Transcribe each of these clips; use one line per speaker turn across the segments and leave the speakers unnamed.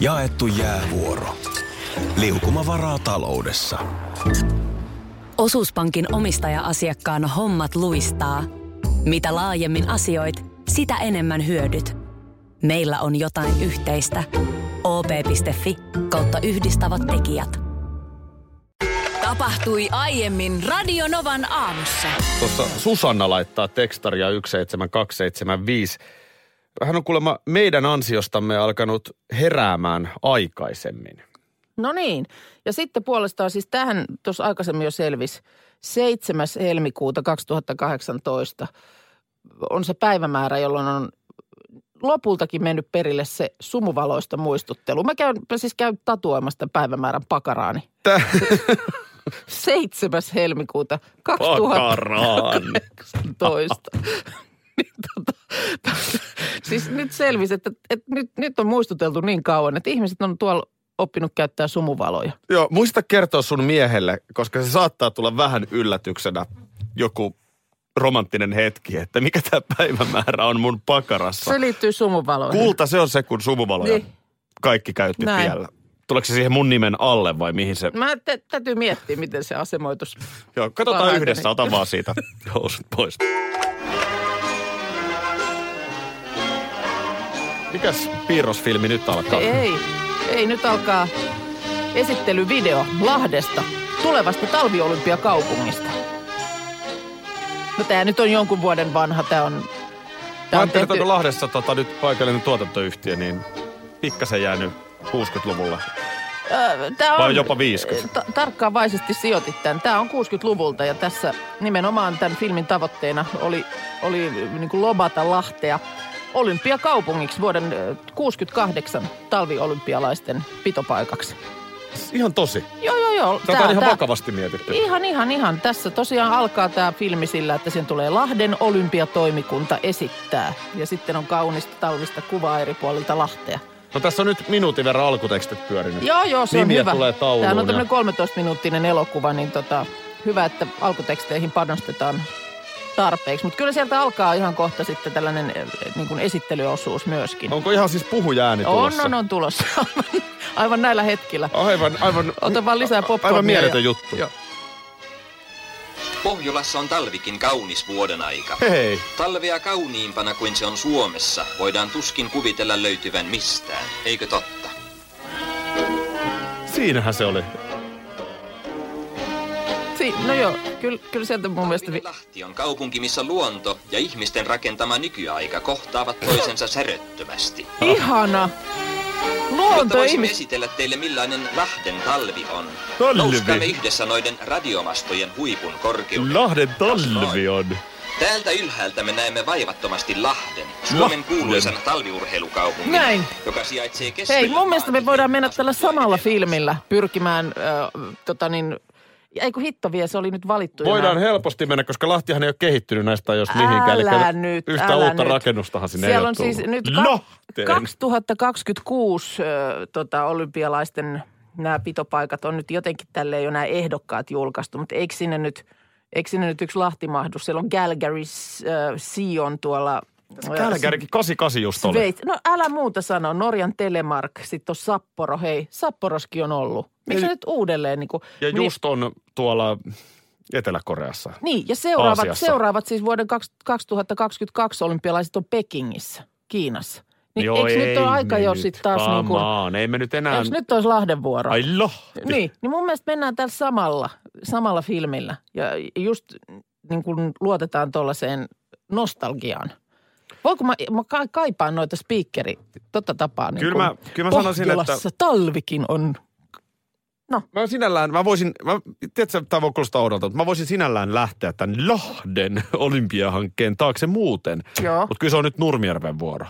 Jaettu jäävuoro. Liukuma varaa taloudessa.
Osuuspankin omistaja-asiakkaan hommat luistaa. Mitä laajemmin asioit, sitä enemmän hyödyt. Meillä on jotain yhteistä. op.fi kautta yhdistävät tekijät.
Tapahtui aiemmin Radionovan aamussa.
Tuossa Susanna laittaa tekstaria 17275. Hän on kuulemma meidän ansiostamme alkanut heräämään aikaisemmin.
No niin. Ja sitten puolestaan siis tähän tuossa aikaisemmin jo selvisi. 7. helmikuuta 2018 on se päivämäärä, jolloin on lopultakin mennyt perille se sumuvaloista muistuttelu. Mä käyn, mä siis käyn tatuoimasta päivämäärän pakaraani.
Tää-
7. helmikuuta 2018. Niin tota, siis nyt selvisi, että, että nyt, nyt on muistuteltu niin kauan, että ihmiset on tuolla oppinut käyttää sumuvaloja.
Joo, muista kertoa sun miehelle, koska se saattaa tulla vähän yllätyksenä joku romanttinen hetki, että mikä tämä päivämäärä on mun pakarassa.
Se liittyy sumuvaloihin.
Kulta se on se, kun sumuvaloja
Niin.
kaikki käytti
Näin.
tiellä. Tuleeko se siihen mun nimen alle vai mihin se...
Mä te, täytyy miettiä, miten se asemoitus.
Joo, katsotaan
Varmaan
yhdessä,
tänne.
ota vaan siitä housut pois. Mikäs piirrosfilmi nyt alkaa?
Ei, ei nyt alkaa esittelyvideo Lahdesta, tulevasta talviolympiakaupungista. No tää nyt on jonkun vuoden vanha, tää on...
Mä
Tää on
ajattelin, että
tehty...
onko Lahdessa tota, nyt paikallinen tuotantoyhtiö, niin pikkasen jäänyt 60-luvulla.
Ö, tää on
Vai jopa 50.
Ta- tarkkaavaisesti sijoitit tämän. Tämä on 60-luvulta ja tässä nimenomaan tämän filmin tavoitteena oli, oli niin kuin lobata Lahtea olympiakaupungiksi vuoden ö, 68 talviolympialaisten pitopaikaksi.
Ihan tosi.
Joo, joo, joo.
Tätä on ihan
tää-
vakavasti mietitty.
Ihan, ihan, ihan. Tässä tosiaan alkaa tämä filmi sillä, että sen tulee Lahden olympiatoimikunta esittää. Ja sitten on kaunista talvista kuvaa eri puolilta Lahtea.
No tässä on nyt minuutin verran alkutekstit pyörinyt.
Joo, joo, se
Nimiä
on hyvä.
tulee tauluun
Tämä on
ja-
tämmöinen 13-minuuttinen elokuva, niin tota, hyvä, että alkuteksteihin panostetaan tarpeeksi. Mutta kyllä sieltä alkaa ihan kohta sitten tällainen eh, eh, niin kuin esittelyosuus myöskin.
Onko ihan siis puhujääni
on,
tulossa?
on, on tulossa. Aivan- Aivan näillä hetkillä.
Aivan, aivan.
Ota vaan lisää popcornia.
Aivan mieletön
ja-
juttu.
Joo.
Pohjolassa on talvikin kaunis vuoden aika.
Hei.
Talvea kauniimpana kuin se on Suomessa voidaan tuskin kuvitella löytyvän mistään, eikö totta?
Siinähän se oli.
Si- no joo, kyllä, kyllä sieltä mun mielestä... Vi-
Talvinen Lahti on kaupunki, missä luonto ja ihmisten rakentama nykyaika kohtaavat toisensa säröttömästi.
Ihana!
Jotta
Luonto
voisimme
ihmis...
esitellä teille millainen Lahden talvi on.
Talvi.
Nouskaamme yhdessä noiden radiomastojen huipun korkeudelle.
Lahden talvi on.
Täältä ylhäältä me näemme vaivattomasti Lahden, Suomen
Lahden.
kuuluisan talviurheilukaupungin,
Näin.
joka sijaitsee keskellä.
Hei, mun mielestä me voidaan mennä tällä
maantieteen
samalla
asemassa.
filmillä pyrkimään, äh, tota niin... Ei kun hitto vie, se oli nyt valittu. jo
Voidaan
näin.
helposti mennä, koska Lahtihan ei ole kehittynyt näistä jos mihinkään.
Älä
Eli
nyt,
yhtä
älä
uutta
nyt.
rakennustahan sinne ei ole
Siellä on
tullut. No,
siis nyt
Lahteen.
2026 ö, tota, olympialaisten nämä pitopaikat on nyt jotenkin tälleen jo nämä ehdokkaat julkaistu, mutta eikö sinne nyt, eikö sinne nyt yksi Lahti mahdu? Siellä on Calgary äh, Sion tuolla. ö,
Kälkärikin 88 just oli.
Sveitsi. No älä muuta sano. Norjan Telemark, sitten on Sapporo. Hei, Sapporoskin on ollut. Miksi
Ei-
nyt uudelleen? Niin, kuin,
Ja just on tuolla Etelä-Koreassa.
niin ja seuraavat,
Aasiassa.
seuraavat siis vuoden kaks- 2022 olympialaiset on Pekingissä, Kiinassa. Niin eikö nyt
ei
ole aika
me
jo
nyt.
sitten taas niin kuin,
Come on, ei me nyt enää...
eikö nyt olisi Lahden vuoro?
Ai Lahti.
Niin, niin mun mielestä mennään tällä samalla, samalla filmillä ja just niin kuin luotetaan tuollaiseen nostalgiaan. Voinko mä, mä ka- kaipaan noita speakeri totta tapaa. Niin
Kyllä
kuin
mä- kyllä mä sanoisin, että-
Pohjolassa talvikin on.
Mä sinällään, mä voisin, mä, tiedätkö, tämä voi kuulostaa oudolta, mutta mä voisin sinällään lähteä tämän Lahden olympiahankkeen taakse muuten.
Joo.
Mutta kyllä se on nyt Nurmijärven vuoro.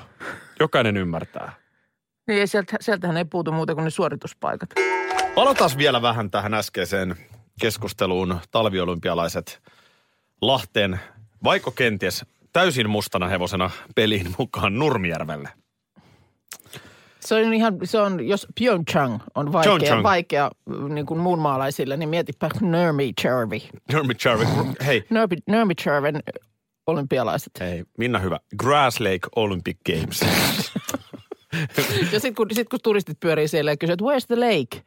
Jokainen ymmärtää.
Niin ei, sieltä, sieltähän ei puutu muuta kuin ne suorituspaikat.
Palataan vielä vähän tähän äskeiseen keskusteluun talviolympialaiset Lahteen, vaiko kenties täysin mustana hevosena peliin mukaan Nurmijärvelle.
Se on ihan, se on, jos Pyeongchang on vaikea,
Pyeongchang.
vaikea niin kuin muun maalaisille, niin mietipä Nurmijärvi.
Nurmijärvi, hei,
Nurmi- Nurmijärven olympialaiset.
hei, Minna hyvä. Grass Lake Olympic Games.
Ja sitten kun, sit kun turistit pyörii siellä ja kysyy, että where's the lake?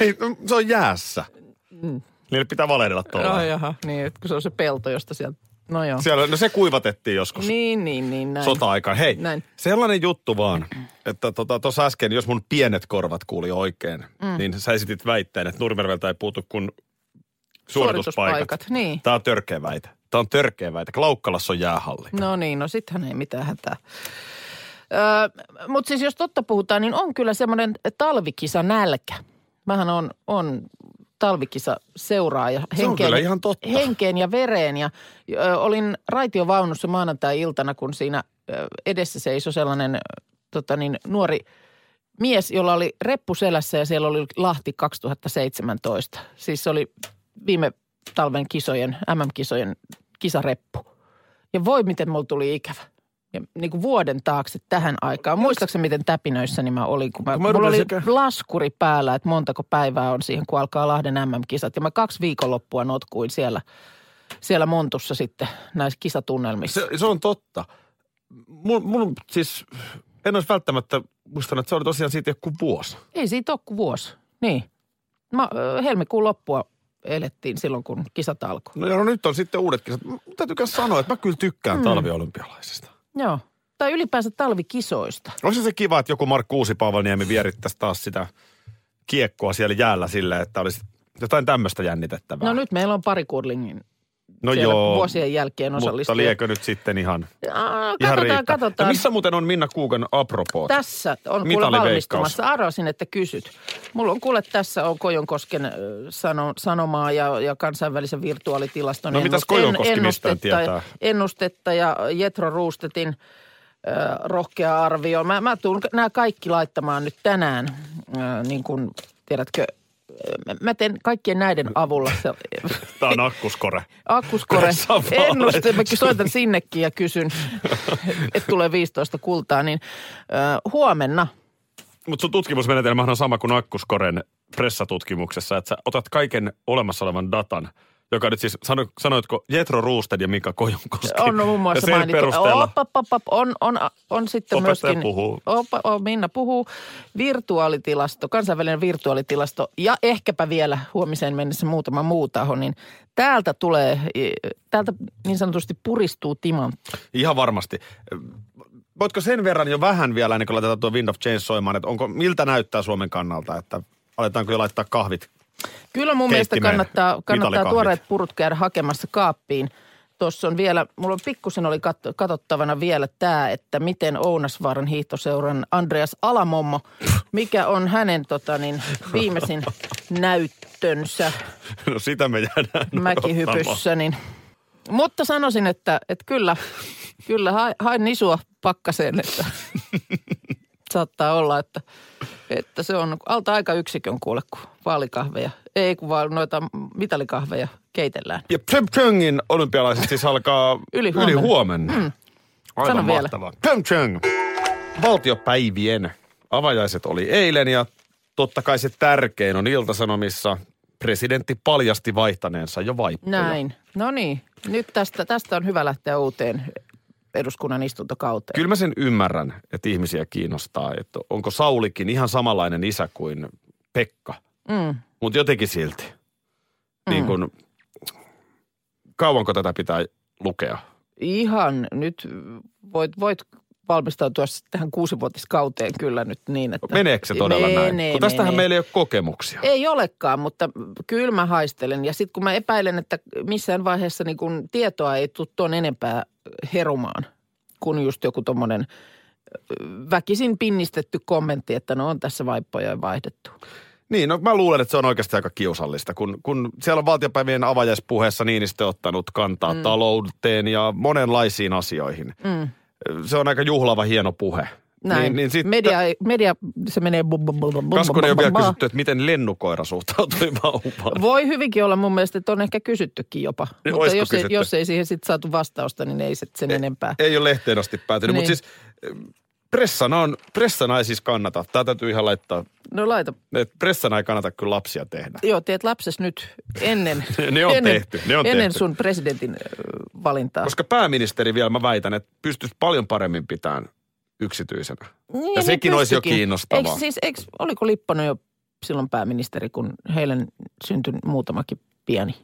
Hei, no, se on jäässä. Niille pitää valehdella tuolla.
No jaha, niin, että kun se on se pelto, josta sieltä, no joo.
Siellä, no se kuivatettiin joskus
Niin, niin, niin, näin.
sota-aikaan. Hei,
Näin.
sellainen juttu vaan, että tuossa tota, äsken, jos mun pienet korvat kuuli oikein, mm. niin sä esitit väitteen, että Nurmerveltä ei puutu kun suorituspaikat.
Suorituspaikat, niin.
Tämä on törkeä väite. Tämä on törkeä väite. Klaukkalassa on jäähalli.
No niin, no sittenhän ei mitään hätää. Öö, Mutta siis jos totta puhutaan, niin on kyllä semmoinen talvikisa nälkä. Mähän on, on talvikisa seuraaja
Se on kyllä ihan totta.
henkeen ja vereen. Ja, ö, olin raitiovaunussa maanantai-iltana, kun siinä ö, edessä seisoi sellainen ö, tota niin, nuori mies, jolla oli reppu selässä ja siellä oli Lahti 2017. Siis se oli viime talven kisojen, MM-kisojen kisareppu. Ja voi miten mulla tuli ikävä. Ja niin kuin vuoden taakse tähän aikaan. Muistaakseni miten täpinöissäni mä olin, kun mä,
Mä
mulla oli
rupesin kä-
laskuri päällä, että montako päivää on siihen, kun alkaa Lahden MM-kisat. Ja mä kaksi viikonloppua notkuin siellä, siellä Montussa sitten näissä kisatunnelmissa.
Se, se on totta. Mun, mun siis, en olisi välttämättä muistanut, että se oli tosiaan siitä joku vuosi.
Ei siitä ole kuin vuosi. Niin. Mä, ö, helmikuun loppua elettiin silloin, kun kisat alkoi.
No, ja no nyt on sitten uudet kisat. Mä Täytyy myös sanoa, että mä kyllä tykkään mm. talviolympialaisista.
Joo. Tai ylipäänsä talvikisoista.
Onko se kiva, että joku Markku Uusipaavaniemi vierittäisi taas sitä kiekkoa siellä jäällä sille, että olisi jotain tämmöistä jännitettävää?
No nyt meillä on pari kurlingin
no
siellä vuosien jälkeen
mutta
osallistujia.
liekö nyt sitten ihan,
Aa,
ihan
Katsotaan,
riittää?
katsotaan.
No missä muuten on Minna Kuukan apropos?
Tässä on kuule
Mitaliveikkaus.
valmistumassa. Arvasin, että kysyt. Mulla on kuule tässä on Kojonkosken ö, sano, sanomaa ja, ja kansainvälisen virtuaalitilaston
No mitäs Kojonkoski
en-
mistään tietää?
ennustetta ja Jetro Ruustetin ö, rohkea arvio. Mä, mä tuun nämä kaikki laittamaan nyt tänään, ö, niin kuin tiedätkö, ö, mä- mä teen kaikkien näiden avulla se
Tämä on akkuskore.
akkuskore
Sä vaan
ennuste.
olet-
Mä soitan sinnekin ja kysyn, että tulee 15 kultaa, niin ö, huomenna –
Mutta sun tutkimusmenetelmä on sama kuin Akkuskoren pressatutkimuksessa, että sä otat kaiken olemassa olevan datan, joka nyt siis, sano, sanoitko Jetro Roosted ja Mika Kojonkoski?
On no, muun
niin. ja
muassa
sen perusteella
Op, op, op, op, on, on, on sitten
Opettaja
myöskin...
puhuu.
Opa, o, Minna puhuu. Virtuaalitilasto, kansainvälinen virtuaalitilasto ja ehkäpä vielä huomiseen mennessä muutama muu taho, niin täältä tulee, i- täältä niin sanotusti puristuu timantti.
Ihan varmasti. Voitko sen verran jo vähän vielä, ennen kuin laitetaan tuo Wind of Change soimaan, että onko, miltä näyttää Suomen kannalta, että aletaanko jo laittaa kahvit?
Kyllä mun mielestä
Keittimeen
kannattaa, kannattaa
mitalikahvit.
tuoreet purut käydä hakemassa kaappiin. Tuossa on vielä, mulla on pikkusen oli kat, katsottavana vielä tämä, että miten Ounasvaaran hiihtoseuran Andreas Alamommo, mikä on hänen tota niin, viimeisin näyttönsä
No sitä me jäädään nyt ottamaan.
mäkihypyssä. Niin. Mutta sanoisin, että, että kyllä, kyllä hain, hain nisua pakkaseen, että saattaa olla, että, että se on alta aika yksikön kuule, kun vaalikahveja, ei kun vaan noita mitalikahveja keitellään.
Ja Pyeongchangin olympialaiset siis alkaa
Yli huomenna.
Yli huomenna. Mm. Aivan
Sano vielä.
mahtavaa. Pyeongchang. Valtiopäivien avajaiset oli eilen ja totta kai se tärkein on Iltasanomissa. Presidentti paljasti vaihtaneensa jo vaippoja.
Näin. No niin, nyt tästä, tästä on hyvä lähteä uuteen eduskunnan istuntokauteen.
Kyllä mä sen ymmärrän, että ihmisiä kiinnostaa, että onko Saulikin ihan samanlainen isä kuin Pekka.
Mm.
Mutta jotenkin silti. Niin kun, kauanko tätä pitää lukea?
Ihan nyt voit, voit valmistautua tähän kuusivuotiskauteen kyllä nyt niin, että...
Meneekö se todella
menee,
näin? Kun tästähän
menee.
meillä ei ole kokemuksia.
Ei olekaan, mutta kyllä mä haistelen. Ja sitten kun mä epäilen, että missään vaiheessa niin kun tietoa ei tule tuon enempää herumaan kuin just joku tuommoinen väkisin pinnistetty kommentti, että no on tässä vaippoja jo vaihdettu.
Niin, no mä luulen, että se on oikeasti aika kiusallista, kun, kun siellä on valtiopäivien avajaispuheessa Niinistö ottanut kantaa mm. talouteen ja monenlaisiin asioihin.
Mm,
Se on aika juhlava, hieno puhe.
näin.
Niin, niin sitten,
media, media, se menee bum, bum, bum, bum, bum,
Kaskunen on
bum,
vielä
bum.
kysytty, että miten lennukoira suhtautui vauvaan.
Voi hyvinkin olla mun mielestä, että on ehkä kysyttykin jopa.
Niin,
mutta
olisiko
jos ei,
kysytty?
jos ei siihen sitten saatu vastausta, niin ei sit sen enempää.
Ei ole lehteen asti päätynyt,
Niin.
mutta siis eh, pressana, on, pressana ei siis kannata. Tämä täytyy ihan laittaa,
No laita.
että pressana ei kannata kyllä lapsia tehdä.
Joo, teet lapses nyt ennen,
Ne on
ennen,
tehty, ne on
ennen
tehty.
sun presidentin ö, valintaa.
Koska pääministeri vielä mä väitän, että pystyisi paljon paremmin pitämään yksityisenä.
Niin,
Ja
niin
sekin olisi jo
pystyikin.
kiinnostavaa.
Eikö siis, eikö, oliko Lipponen jo silloin pääministeri, kun heille syntyi muutamakin pieni?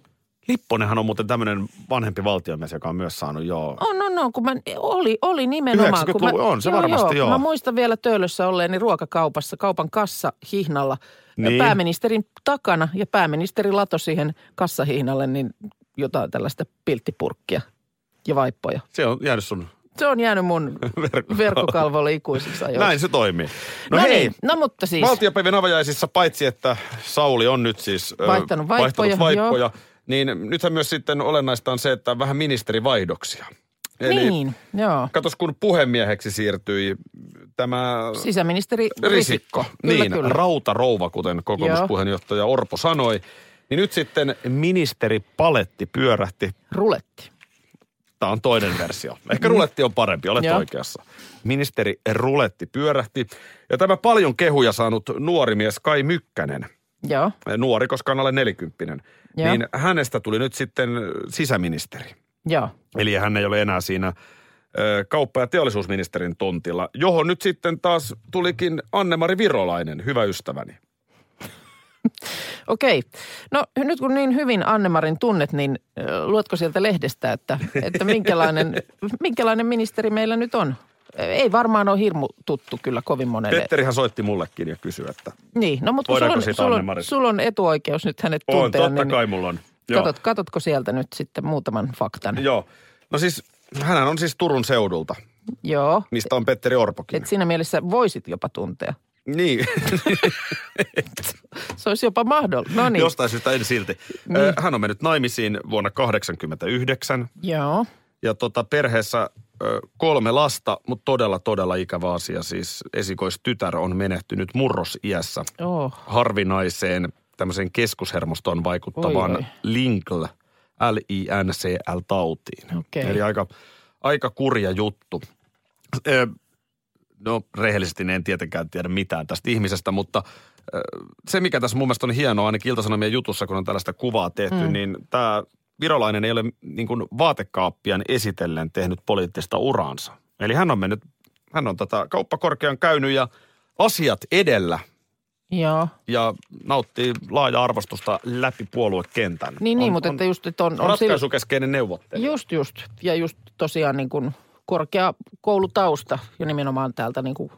Lipponenhan on muuten tämmöinen vanhempi valtiomies, joka on myös saanut joo.
On, on, on, Oh, no, kun mä, oli, oli nimenomaan. Kun mä,
90-luvun on se varmasti, joo.
Mä muistan vielä töölössä olleeni ruokakaupassa, kaupan kassa hihnalla,
Niin.
niin. pääministerin takana ja pääministeri lato siihen kassahihnalle niin jotain tällaista pilttipurkkia ja vaippoja.
Se on jäänyt sun
Se on jäänyt mun verkkokalvolle ikuisiksi ajoiksi.
Näin se toimii. No, hei,
Niin, no mutta siis.
valtiopäivien avajaisissa paitsi, että Sauli on nyt siis ö,
Vaihtanut vaippoja,
vaihtanut vaippoja niin nythän myös sitten olennaista on se, että vähän ministerivaihdoksia.
niin, joo.
katos kun puhemieheksi siirtyi tämä
Sisäministeri
Risikko.
Siis Risikko. Kyllä,
niin,
kyllä.
rautarouva, kuten kokoomuspuheenjohtaja Orpo sanoi. Niin nyt sitten ministeri Paletti pyörähti
Ruletti.
Tämä on toinen versio. Ehkä ruletti on parempi, olet
Mm. Joo.
oikeassa. Ministeri ruletti pyörähti. Ja tämä paljon kehuja saanut nuori mies Kai Mykkänen,
Joo.
nuori, koska on alle nelikymppinen,
Joo.
niin hänestä tuli nyt sitten sisäministeri.
Joo.
Eli hän ei ole enää siinä ö, kauppa- ja teollisuusministerin tontilla, johon nyt sitten taas tulikin Annemari Virolainen, hyvä ystäväni.
Okei. No nyt kun niin hyvin Annemarin tunnet, niin ö, luotko sieltä lehdestä, että, että minkälainen, minkälainen ministeri meillä nyt on? Ei varmaan ole hirmu tuttu kyllä kovin monelle.
Petterihän soitti mullekin ja kysyi, että
Niin, no mutta kun sulla
Voidaanko
on,
siitä
sulla, on,
Anne-Marista?
sulla on etuoikeus nyt hänet
on,
tuntea,
totta
niin
kai mulla on. Joo.
katot, katotko sieltä nyt sitten muutaman faktan?
Joo. No siis, hän on siis Turun seudulta,
Joo.
mistä on Petteri Orpokin.
Et siinä mielessä voisit jopa tuntea.
Niin,
Se olisi jopa mahdollista. No niin.
jostain syystä en silti. Ö, Hän on mennyt naimisiin vuonna 89
Joo.
ja tota, perheessä ö, kolme lasta, mutta todella, todella ikävä asia. Siis esikoistytär on menehtynyt murrosiässä
Oh.
harvinaiseen tämmöiseen keskushermostoon vaikuttavaan
Oi, oi.
Linkl, L-I-N-C-L-tautiin.
Okei.
Eli aika, aika kurja juttu. Ö, no rehellisesti en tietenkään tiedä mitään tästä ihmisestä, mutta ö, se mikä tässä mun mielestä on hienoa ainakin Ilta-Sanomien jutussa, kun on tällaista kuvaa tehty, mm. niin tämä virolainen ei ole niin kuin vaatekaappian esitellen tehnyt poliittista uraansa. Eli hän on mennyt, hän on tätä kauppakorkean käynyt ja asiat edellä
Joo.
ja nauttii laaja arvostusta läpi puoluekentän.
Niin, niin,
on,
mutta
on
että just, että on, on sillä-
ratkaisukeskeinen neuvottelija.
Just, just. Ja just tosiaan niin kuin korkea koulutausta ja nimenomaan täältä niin kuin,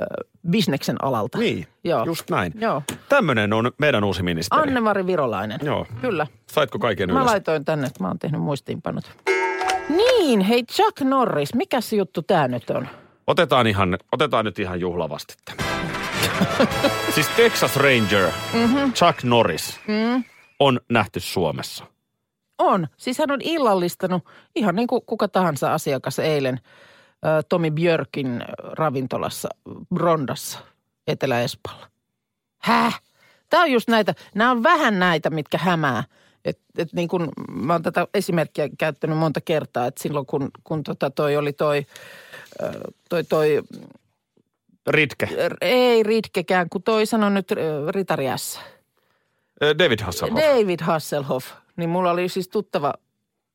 ö, bisneksen alalta.
Niin,
Joo.
just näin.
Joo.
Tämmöinen on meidän uusi ministeri.
Anne-Mari Virolainen.
Joo.
Kyllä.
Saitko kaiken
Mä
ylös?
laitoin tänne, että mä oon tehnyt muistiinpanot. Niin, hei Chuck Norris, mikä se juttu tää nyt on?
Otetaan, ihan, otetaan nyt ihan juhlavasti tämä. siis Texas Ranger
Mhm.
mm-hmm. Chuck Norris
Mm.
on nähty Suomessa.
On. Siis hän on illallistanut ihan niin kuin kuka tahansa asiakas eilen ö, Tomi Björkin ravintolassa Brondassa Etelä-Espalla. Häh? Tämä on just näitä, nämä on vähän näitä, mitkä hämää. Et, et niin kun, mä oon tätä esimerkkiä käyttänyt monta kertaa, että silloin kun, kun tota toi oli toi, ö, toi, toi,
Ritke.
r- ei ritkekään, kun toi sanoi nyt ö, ritariässä.
Ö, David Hasselhoff.
David Hasselhoff. Niin mulla oli siis tuttava,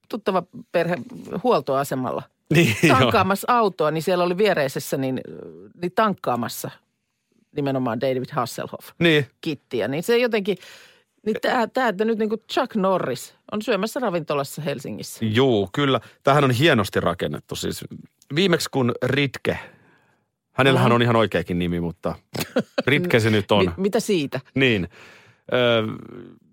tuttava perhe huoltoasemalla
niin, joo.
tankkaamassa autoa, niin siellä oli viereisessä niin, niin tankkaamassa nimenomaan David Hasselhoff
niin.
kittiä. Niin se jotenkin, niin tämä, tää, että nyt niin kuin Chuck Norris on syömässä ravintolassa Helsingissä.
Juu, kyllä. Tähän on hienosti rakennettu. Siis viimeksi kun Ritke, hänellähän on ihan oikeakin nimi, mutta Ritke se nyt on.
Mi- mitä siitä?
Niin. Öö,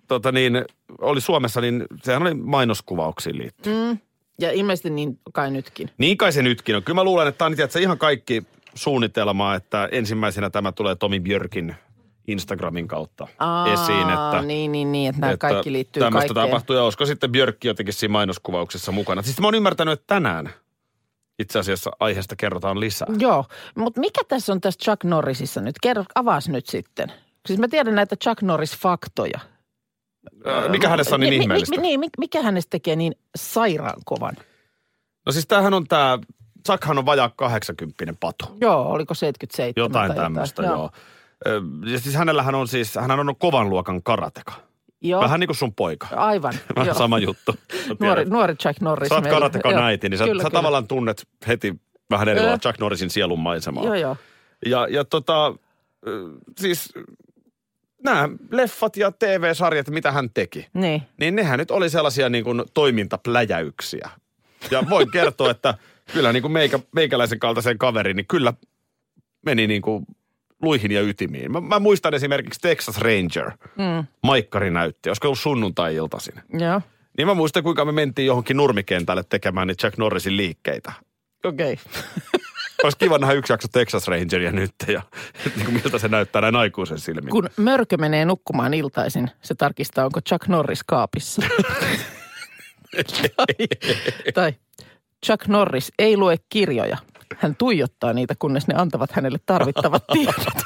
tota niin, oli Suomessa, niin sehän oli mainoskuvauksiin liittyen.
Mm. Ja ilmeisesti niin kai nytkin.
Niin kai se nytkin on. Kyllä mä luulen, että tämä on tiedätkö, ihan kaikki suunnitelmaa, että ensimmäisenä tämä tulee Tomi Björkin Instagramin kautta
Aa,
esiin. Että,
niin, niin, niin, että nämä
että
kaikki liittyy
Tämmöistä
kaikkeen.
tapahtuu ja olisiko sitten Björkki jotenkin siinä mainoskuvauksessa mukana. Siis mä oon ymmärtänyt, että tänään itse asiassa aiheesta kerrotaan lisää.
Joo, mutta mikä tässä on tässä Chuck Norrisissa nyt? Kerro, avaas nyt sitten. Siis mä tiedän näitä Chuck Norris-faktoja.
Ää, Mikä hänessä on niin
Mi- mi-
ihmeellistä?
Mi, niin, mi- mikä hänestä tekee niin sairaan kovan?
No siis tämähän on tämä, Chuckhan on vajaa 80 patu.
Joo, oliko 77
Jotain
tai
tämmöistä, joo. Ö, Ja siis hänellähän on siis, hän on kovan luokan karateka.
joo.
Vähän niin kuin sun poika.
Aivan,
Vähän
joo.
sama juttu. Mä
Nuori,
tiedän.
nuori Chuck Norris.
Sä oot
meillä.
karatekan
Joo,
äiti, niin sä,
kyllä,
sä
kyllä.
tavallaan tunnet heti Vähän eri lailla
Ö.
Chuck Norrisin sielun maisemaa.
Joo, joo.
Ja, ja tota, ö, siis nämä leffat ja TV-sarjat, mitä hän teki,
Niin.
niin nehän nyt oli sellaisia niin kuin toimintapläjäyksiä. Ja voin kertoa, että kyllä niin kuin meikä, meikäläisen kaltaisen kaverin, niin kyllä meni niin kuin luihin ja ytimiin. Mä, mä muistan esimerkiksi Texas Ranger, mm. Maikkari näytti, olisiko ollut sunnuntai-iltaisin.
Joo.
Niin mä muistan, kuinka me mentiin johonkin nurmikentälle tekemään niitä Jack Norrisin liikkeitä.
Okei. Okay.
Olisi kiva nähdä yksi jakso Texas Rangeria nyt ja niin kuin miltä se näyttää näin aikuisen silmin.
Kun mörkö menee nukkumaan iltaisin, se tarkistaa, onko Chuck Norris kaapissa. tai, tai Chuck Norris ei lue kirjoja. Hän tuijottaa niitä, kunnes ne antavat hänelle tarvittavat tiedot.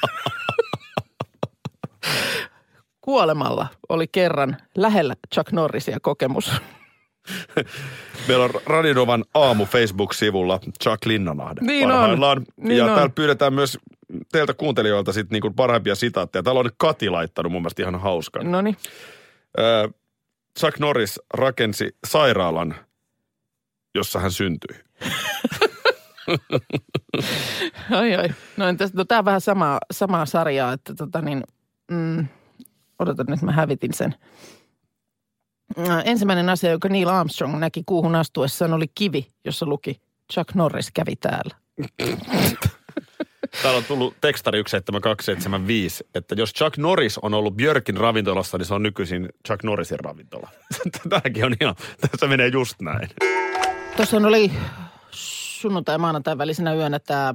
Kuolemalla oli kerran lähellä Chuck Norrisia kokemus.
Meillä on Radinovan aamu Facebook-sivulla Chuck Linnanahde
Niin
parhaillaan.
on, niin
ja
on.
täällä pyydetään myös teiltä kuuntelijoilta sit niinku parhaimpia sitaatteja. Täällä on Kati laittanut mun mielestä ihan hauskan.
No niin,
Öö, Chuck Norris rakensi sairaalan, jossa hän syntyi.
ai ai. No, entäs, no tämä on vähän samaa, samaa sarjaa, että tota niin, mm, odotan nyt, mä hävitin sen. No, Ensimmäinen asia, jonka Neil Armstrong näki kuuhun astuessaan, oli kivi, jossa luki Chuck Norris kävi täällä.
Täällä on tullut tekstari 17275, että jos Chuck Norris on ollut Björkin ravintolassa, niin se on nykyisin Chuck Norrisin ravintola. Tämäkin on ihan, tässä menee just näin.
Tuossa oli sunnuntai ja maanantain välisenä yönä tämä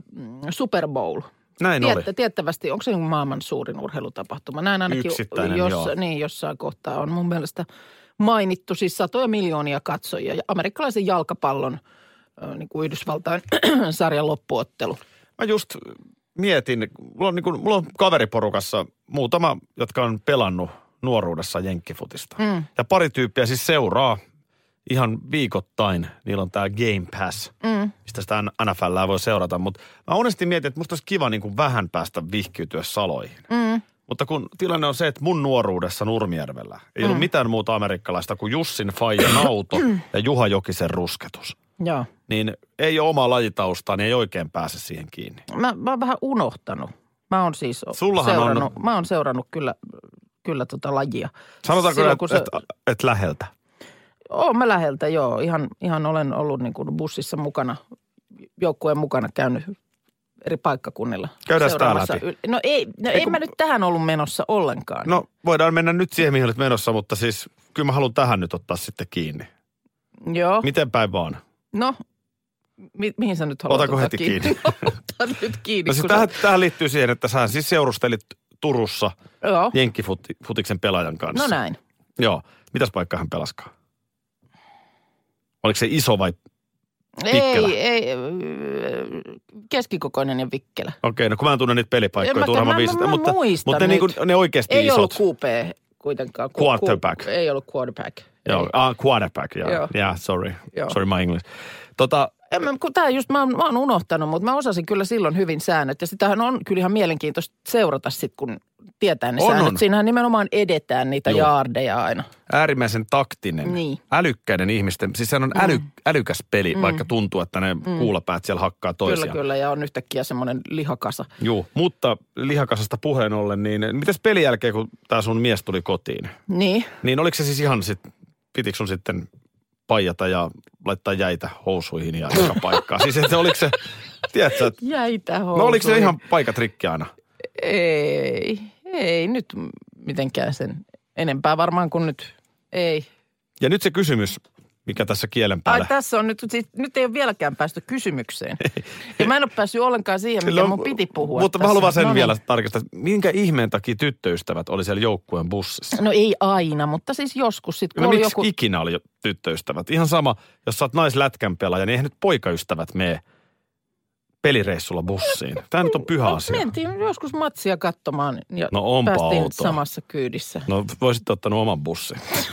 Super Bowl.
Näin oli.
Tiet, tiettävästi, onko se niinku maailman suurin urheilutapahtuma? Näin ainakin
Yksittäinen,
jos,
joo.
Niin, jossain kohtaa on mun mielestä mainittu siis satoja miljoonia katsojia. Ja amerikkalaisen jalkapallon, ö, niin kuin Yhdysvaltain sarjan loppuottelu.
Mä just mietin, mulla on, niin kuin, mulla on kaveriporukassa muutama, jotka on pelannut nuoruudessa jenkkifutista. Mm. Ja pari tyyppiä siis seuraa ihan viikoittain. Niillä on tämä Game Pass, mm. mistä sitä NFLää voi seurata. Mutta mä honesti mietin, että musta olisi kiva niin kuin vähän päästä vihkiytyä saloihin. Mm. Mutta kun tilanne on se, että mun nuoruudessa Nurmijärvellä ei ollut mitään muuta amerikkalaista kuin Jussin Fajan auto ja Juha Jokisen rusketus.
Joo.
Niin ei ole omaa lajitaustaa, niin ei oikein pääse siihen kiinni.
Mä, mä oon vähän unohtanut. Mä oon siis
Sullahan on-
seurannut, mä oon seurannut kyllä, kyllä tota lajia.
Sanotaanko,
Silloin,
että
kun
se... et, et läheltä?
Oon mä läheltä, joo. Ihan, ihan olen ollut niin kuin bussissa mukana, joukkueen mukana käynyt eri paikkakunnilla.
Käydään tää
seuraamassa
läpi.
yl- No ei, no ei,
kun-
mä nyt tähän ollut menossa ollenkaan.
No voidaan mennä nyt siihen, mihin olet menossa, mutta siis kyllä mä haluan tähän nyt ottaa sitten kiinni.
joo.
Miten päin vaan?
no, mi- mihin sä nyt haluat
Otako
ottaa
heti kiinni?
Ota nyt kiinni.
No siis
kun
tähän,
sä-
tähän liittyy siihen, että sä siis seurustelit Turussa
Joo,
jenkkifutiksen pelaajan kanssa.
no näin.
Joo. Mitäs paikkaa hän pelaskaa? Oliko se iso vai? Vikkelä.
Ei, ei, öö, keskikokoinen ja vikkelä.
Okei, no kun mä en tunne niitä
En
pelipaikkoja,
mä-
turhaan mä,
mä- mä-
viisitän.
mä
Mutta,
muistan
mutta ne, niin kuin, ne oikeasti
Ei
isot.
ollut QP kuitenkaan. Ku-
Quarterback.
ku- Ei ollut quarterback.
Joo, ah, quarterback, joo.
Niin. Joo.
Joo. Yeah, sorry.
Joo.
Sorry my English. Tota,
En mä, kun tää just, mä, oon- mä oon unohtanut, mutta mä osasin kyllä silloin hyvin säännöt. Ja sitähän on kyllä ihan mielenkiintoista seurata sit, kun tietää ne
On,
säännöt.
on.
Siinähän nimenomaan edetään niitä
Juu.
jaardeja aina.
äärimmäisen taktinen,
Niin. Mm.
älykkäinen ihmisten. Siis sehän on äly, älykäs peli, vaikka tuntuu, että ne kuulapäät siellä hakkaa toisiaan.
Kyllä, kyllä. Ja on yhtäkkiä semmoinen lihakasa.
Juu, mutta lihakasasta puheen ollen, niin mitäs pelin jälkeen, kun tämä sun mies tuli kotiin,
Niin.
niin oliko se siis ihan sit, pitikö sun sitten paijata ja laittaa jäitä housuihin ja joka paikkaa? Siis että oliko se, tiedätkö, että,
Jäitä
no oliko se ihan paikatrikki aina?
Ei, ei nyt mitenkään sen enempää varmaan kuin nyt. Ei.
Ja nyt se kysymys, mikä tässä kielen
Ai
päällä.
tässä on nyt, siis, nyt ei ole vieläkään päästy kysymykseen. Ja mä en ole päässyt ollenkaan siihen, mitä
No,
mun piti puhua
Mutta
tässä.
mä haluan sen
No niin.
vielä tarkistaa, että minkä ihmeen takia tyttöystävät oli siellä joukkueen bussissa?
No ei aina, mutta siis joskus sitten kun
No
oli
miksi
joku...
joku... ikinä oli jo tyttöystävät? Ihan sama, jos sä oot naislätkän pelaaja, niin eihän nyt poikaystävät mene pelireissulla bussiin. Tämä nyt on pyhä
No,
asia.
Mentiin joskus matsia katsomaan ja
No onpa
päästiin
outoa.
samassa kyydissä.
No voisit ottanut oman bussin.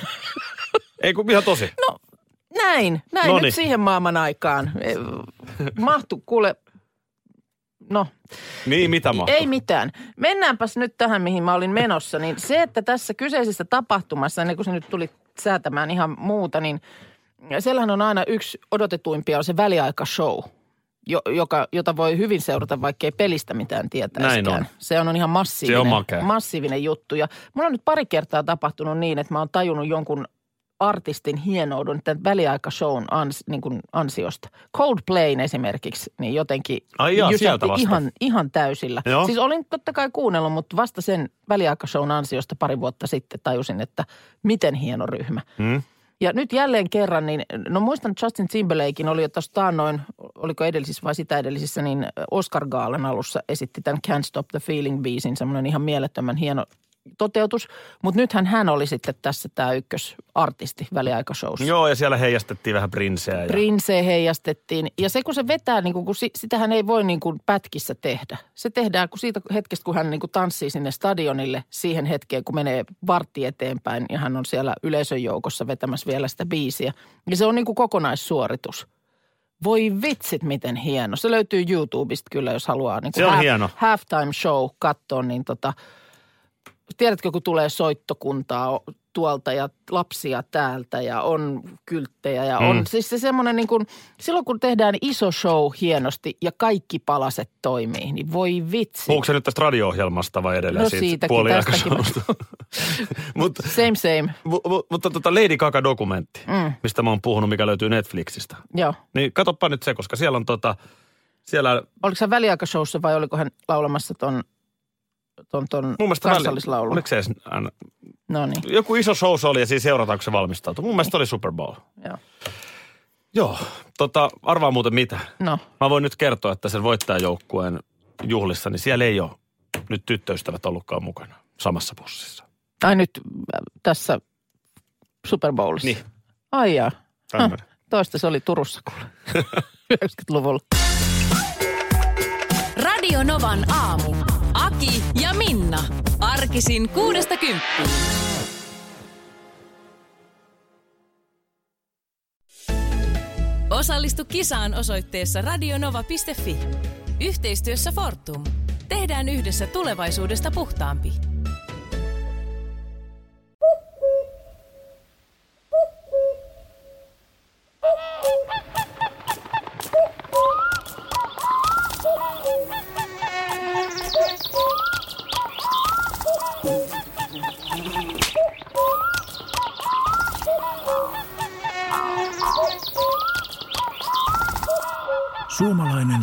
Ei kun ihan tosi. No.
Näin, näin
Noniin.
nyt siihen maailman aikaan. E, Mahtu, kuule, no
Niin mitä mahtuu?
ei mitään. Mennäänpäs nyt tähän, mihin mä olin menossa. Niin se, että tässä kyseisessä tapahtumassa, ennen kuin se nyt tuli säätämään ihan muuta, niin siellähän on aina yksi odotetuimpia on se väliaikashow, jo, joka, jota voi hyvin seurata, vaikka ei pelistä mitään tietäisikään.
Näin on.
Se on ihan massiivinen,
Se on makea.
massiivinen juttu. Ja mulla on nyt pari kertaa tapahtunut niin, että mä oon tajunnut jonkun artistin hienoudun tämän väliaikashown ans, niin kuin ansiosta. Coldplayn esimerkiksi, niin jotenkin
Ai jaa,
jysähti
sieltä vasta.
ihan, ihan täysillä.
Joo.
Siis olin totta kai kuunnellut, mutta vasta sen väliaikashown ansiosta pari vuotta sitten tajusin, että miten hieno ryhmä.
Hmm?
Ja nyt jälleen kerran, niin no muistan Justin Timberlakein oli jo tuossa taannoin, oliko edellisissä vai sitä edellisissä, niin Oscar Gaalan alussa esitti tämän Can't Stop the Feeling biisin, semmoinen ihan mielettömän hieno toteutus. Mutta nythän hän oli sitten tässä tämä ykkösartisti väliaikashowssa.
Joo, ja siellä heijastettiin vähän prinseä. Ja...
Prinse heijastettiin. Ja se kun se vetää, niin kuin, kun si- sitähän ei voi niin kuin pätkissä tehdä. Se tehdään kun siitä hetkestä, kun hän niin kuin tanssii sinne stadionille siihen hetkeen, kun menee vartti eteenpäin ja hän on siellä yleisön joukossa vetämässä vielä sitä biisiä. Ja se on niin kuin kokonaissuoritus. Voi vitsit, miten hieno. Se löytyy YouTubesta kyllä, jos haluaa niin kuin
Se on hieno.
halftime show katsoa, niin tota, tiedätkö, kun tulee soittokuntaa o- tuolta ja lapsia täältä ja on kylttejä ja on.
Mm.
Siis se semmoinen niin kuin, silloin kun tehdään iso show hienosti ja kaikki palaset toimii, niin voi vitsi.
Puhuuko se nyt tästä radio-ohjelmasta vai edelleen
No
siitä
siitäkin,
puoliaikasoudusta? Mut,
Same, same.
mu, mu, mutta tota Lady Gaga-dokumentti,
Mm.
mistä mä oon puhunut, mikä löytyy Netflixistä.
Joo.
Niin katoppa nyt se, koska siellä on tota, siellä
Oliko hän väliaikashowssa vai oliko hän laulamassa ton, ton, ton
mun mielestä...
kansallislaulun?
Oliko se edes, aina-
No niin,
joku iso show se oli ja siis seurataanko se valmistautu. Mun mielestä oli Super Bowl.
joo.
Joo, tota, arvaa muuten mitä.
No,
Mä voin nyt kertoa, että sen voittajajoukkueen juhlissa, niin siellä ei ole nyt tyttöystävät ollutkaan mukana samassa bussissa.
ai nyt äh, tässä Super Bowlissa.
Niin.
Ai jaa.
Tämmönen.
Toista se oli Turussa kuule. 90-luvulla.
Radio Novan aamu. Aki ja Minna. Arkisin kuudesta kymppiin. Osallistu kisaan osoitteessa radionova.fi. Yhteistyössä Fortum. Tehdään yhdessä tulevaisuudesta puhtaampi.
Suomalainen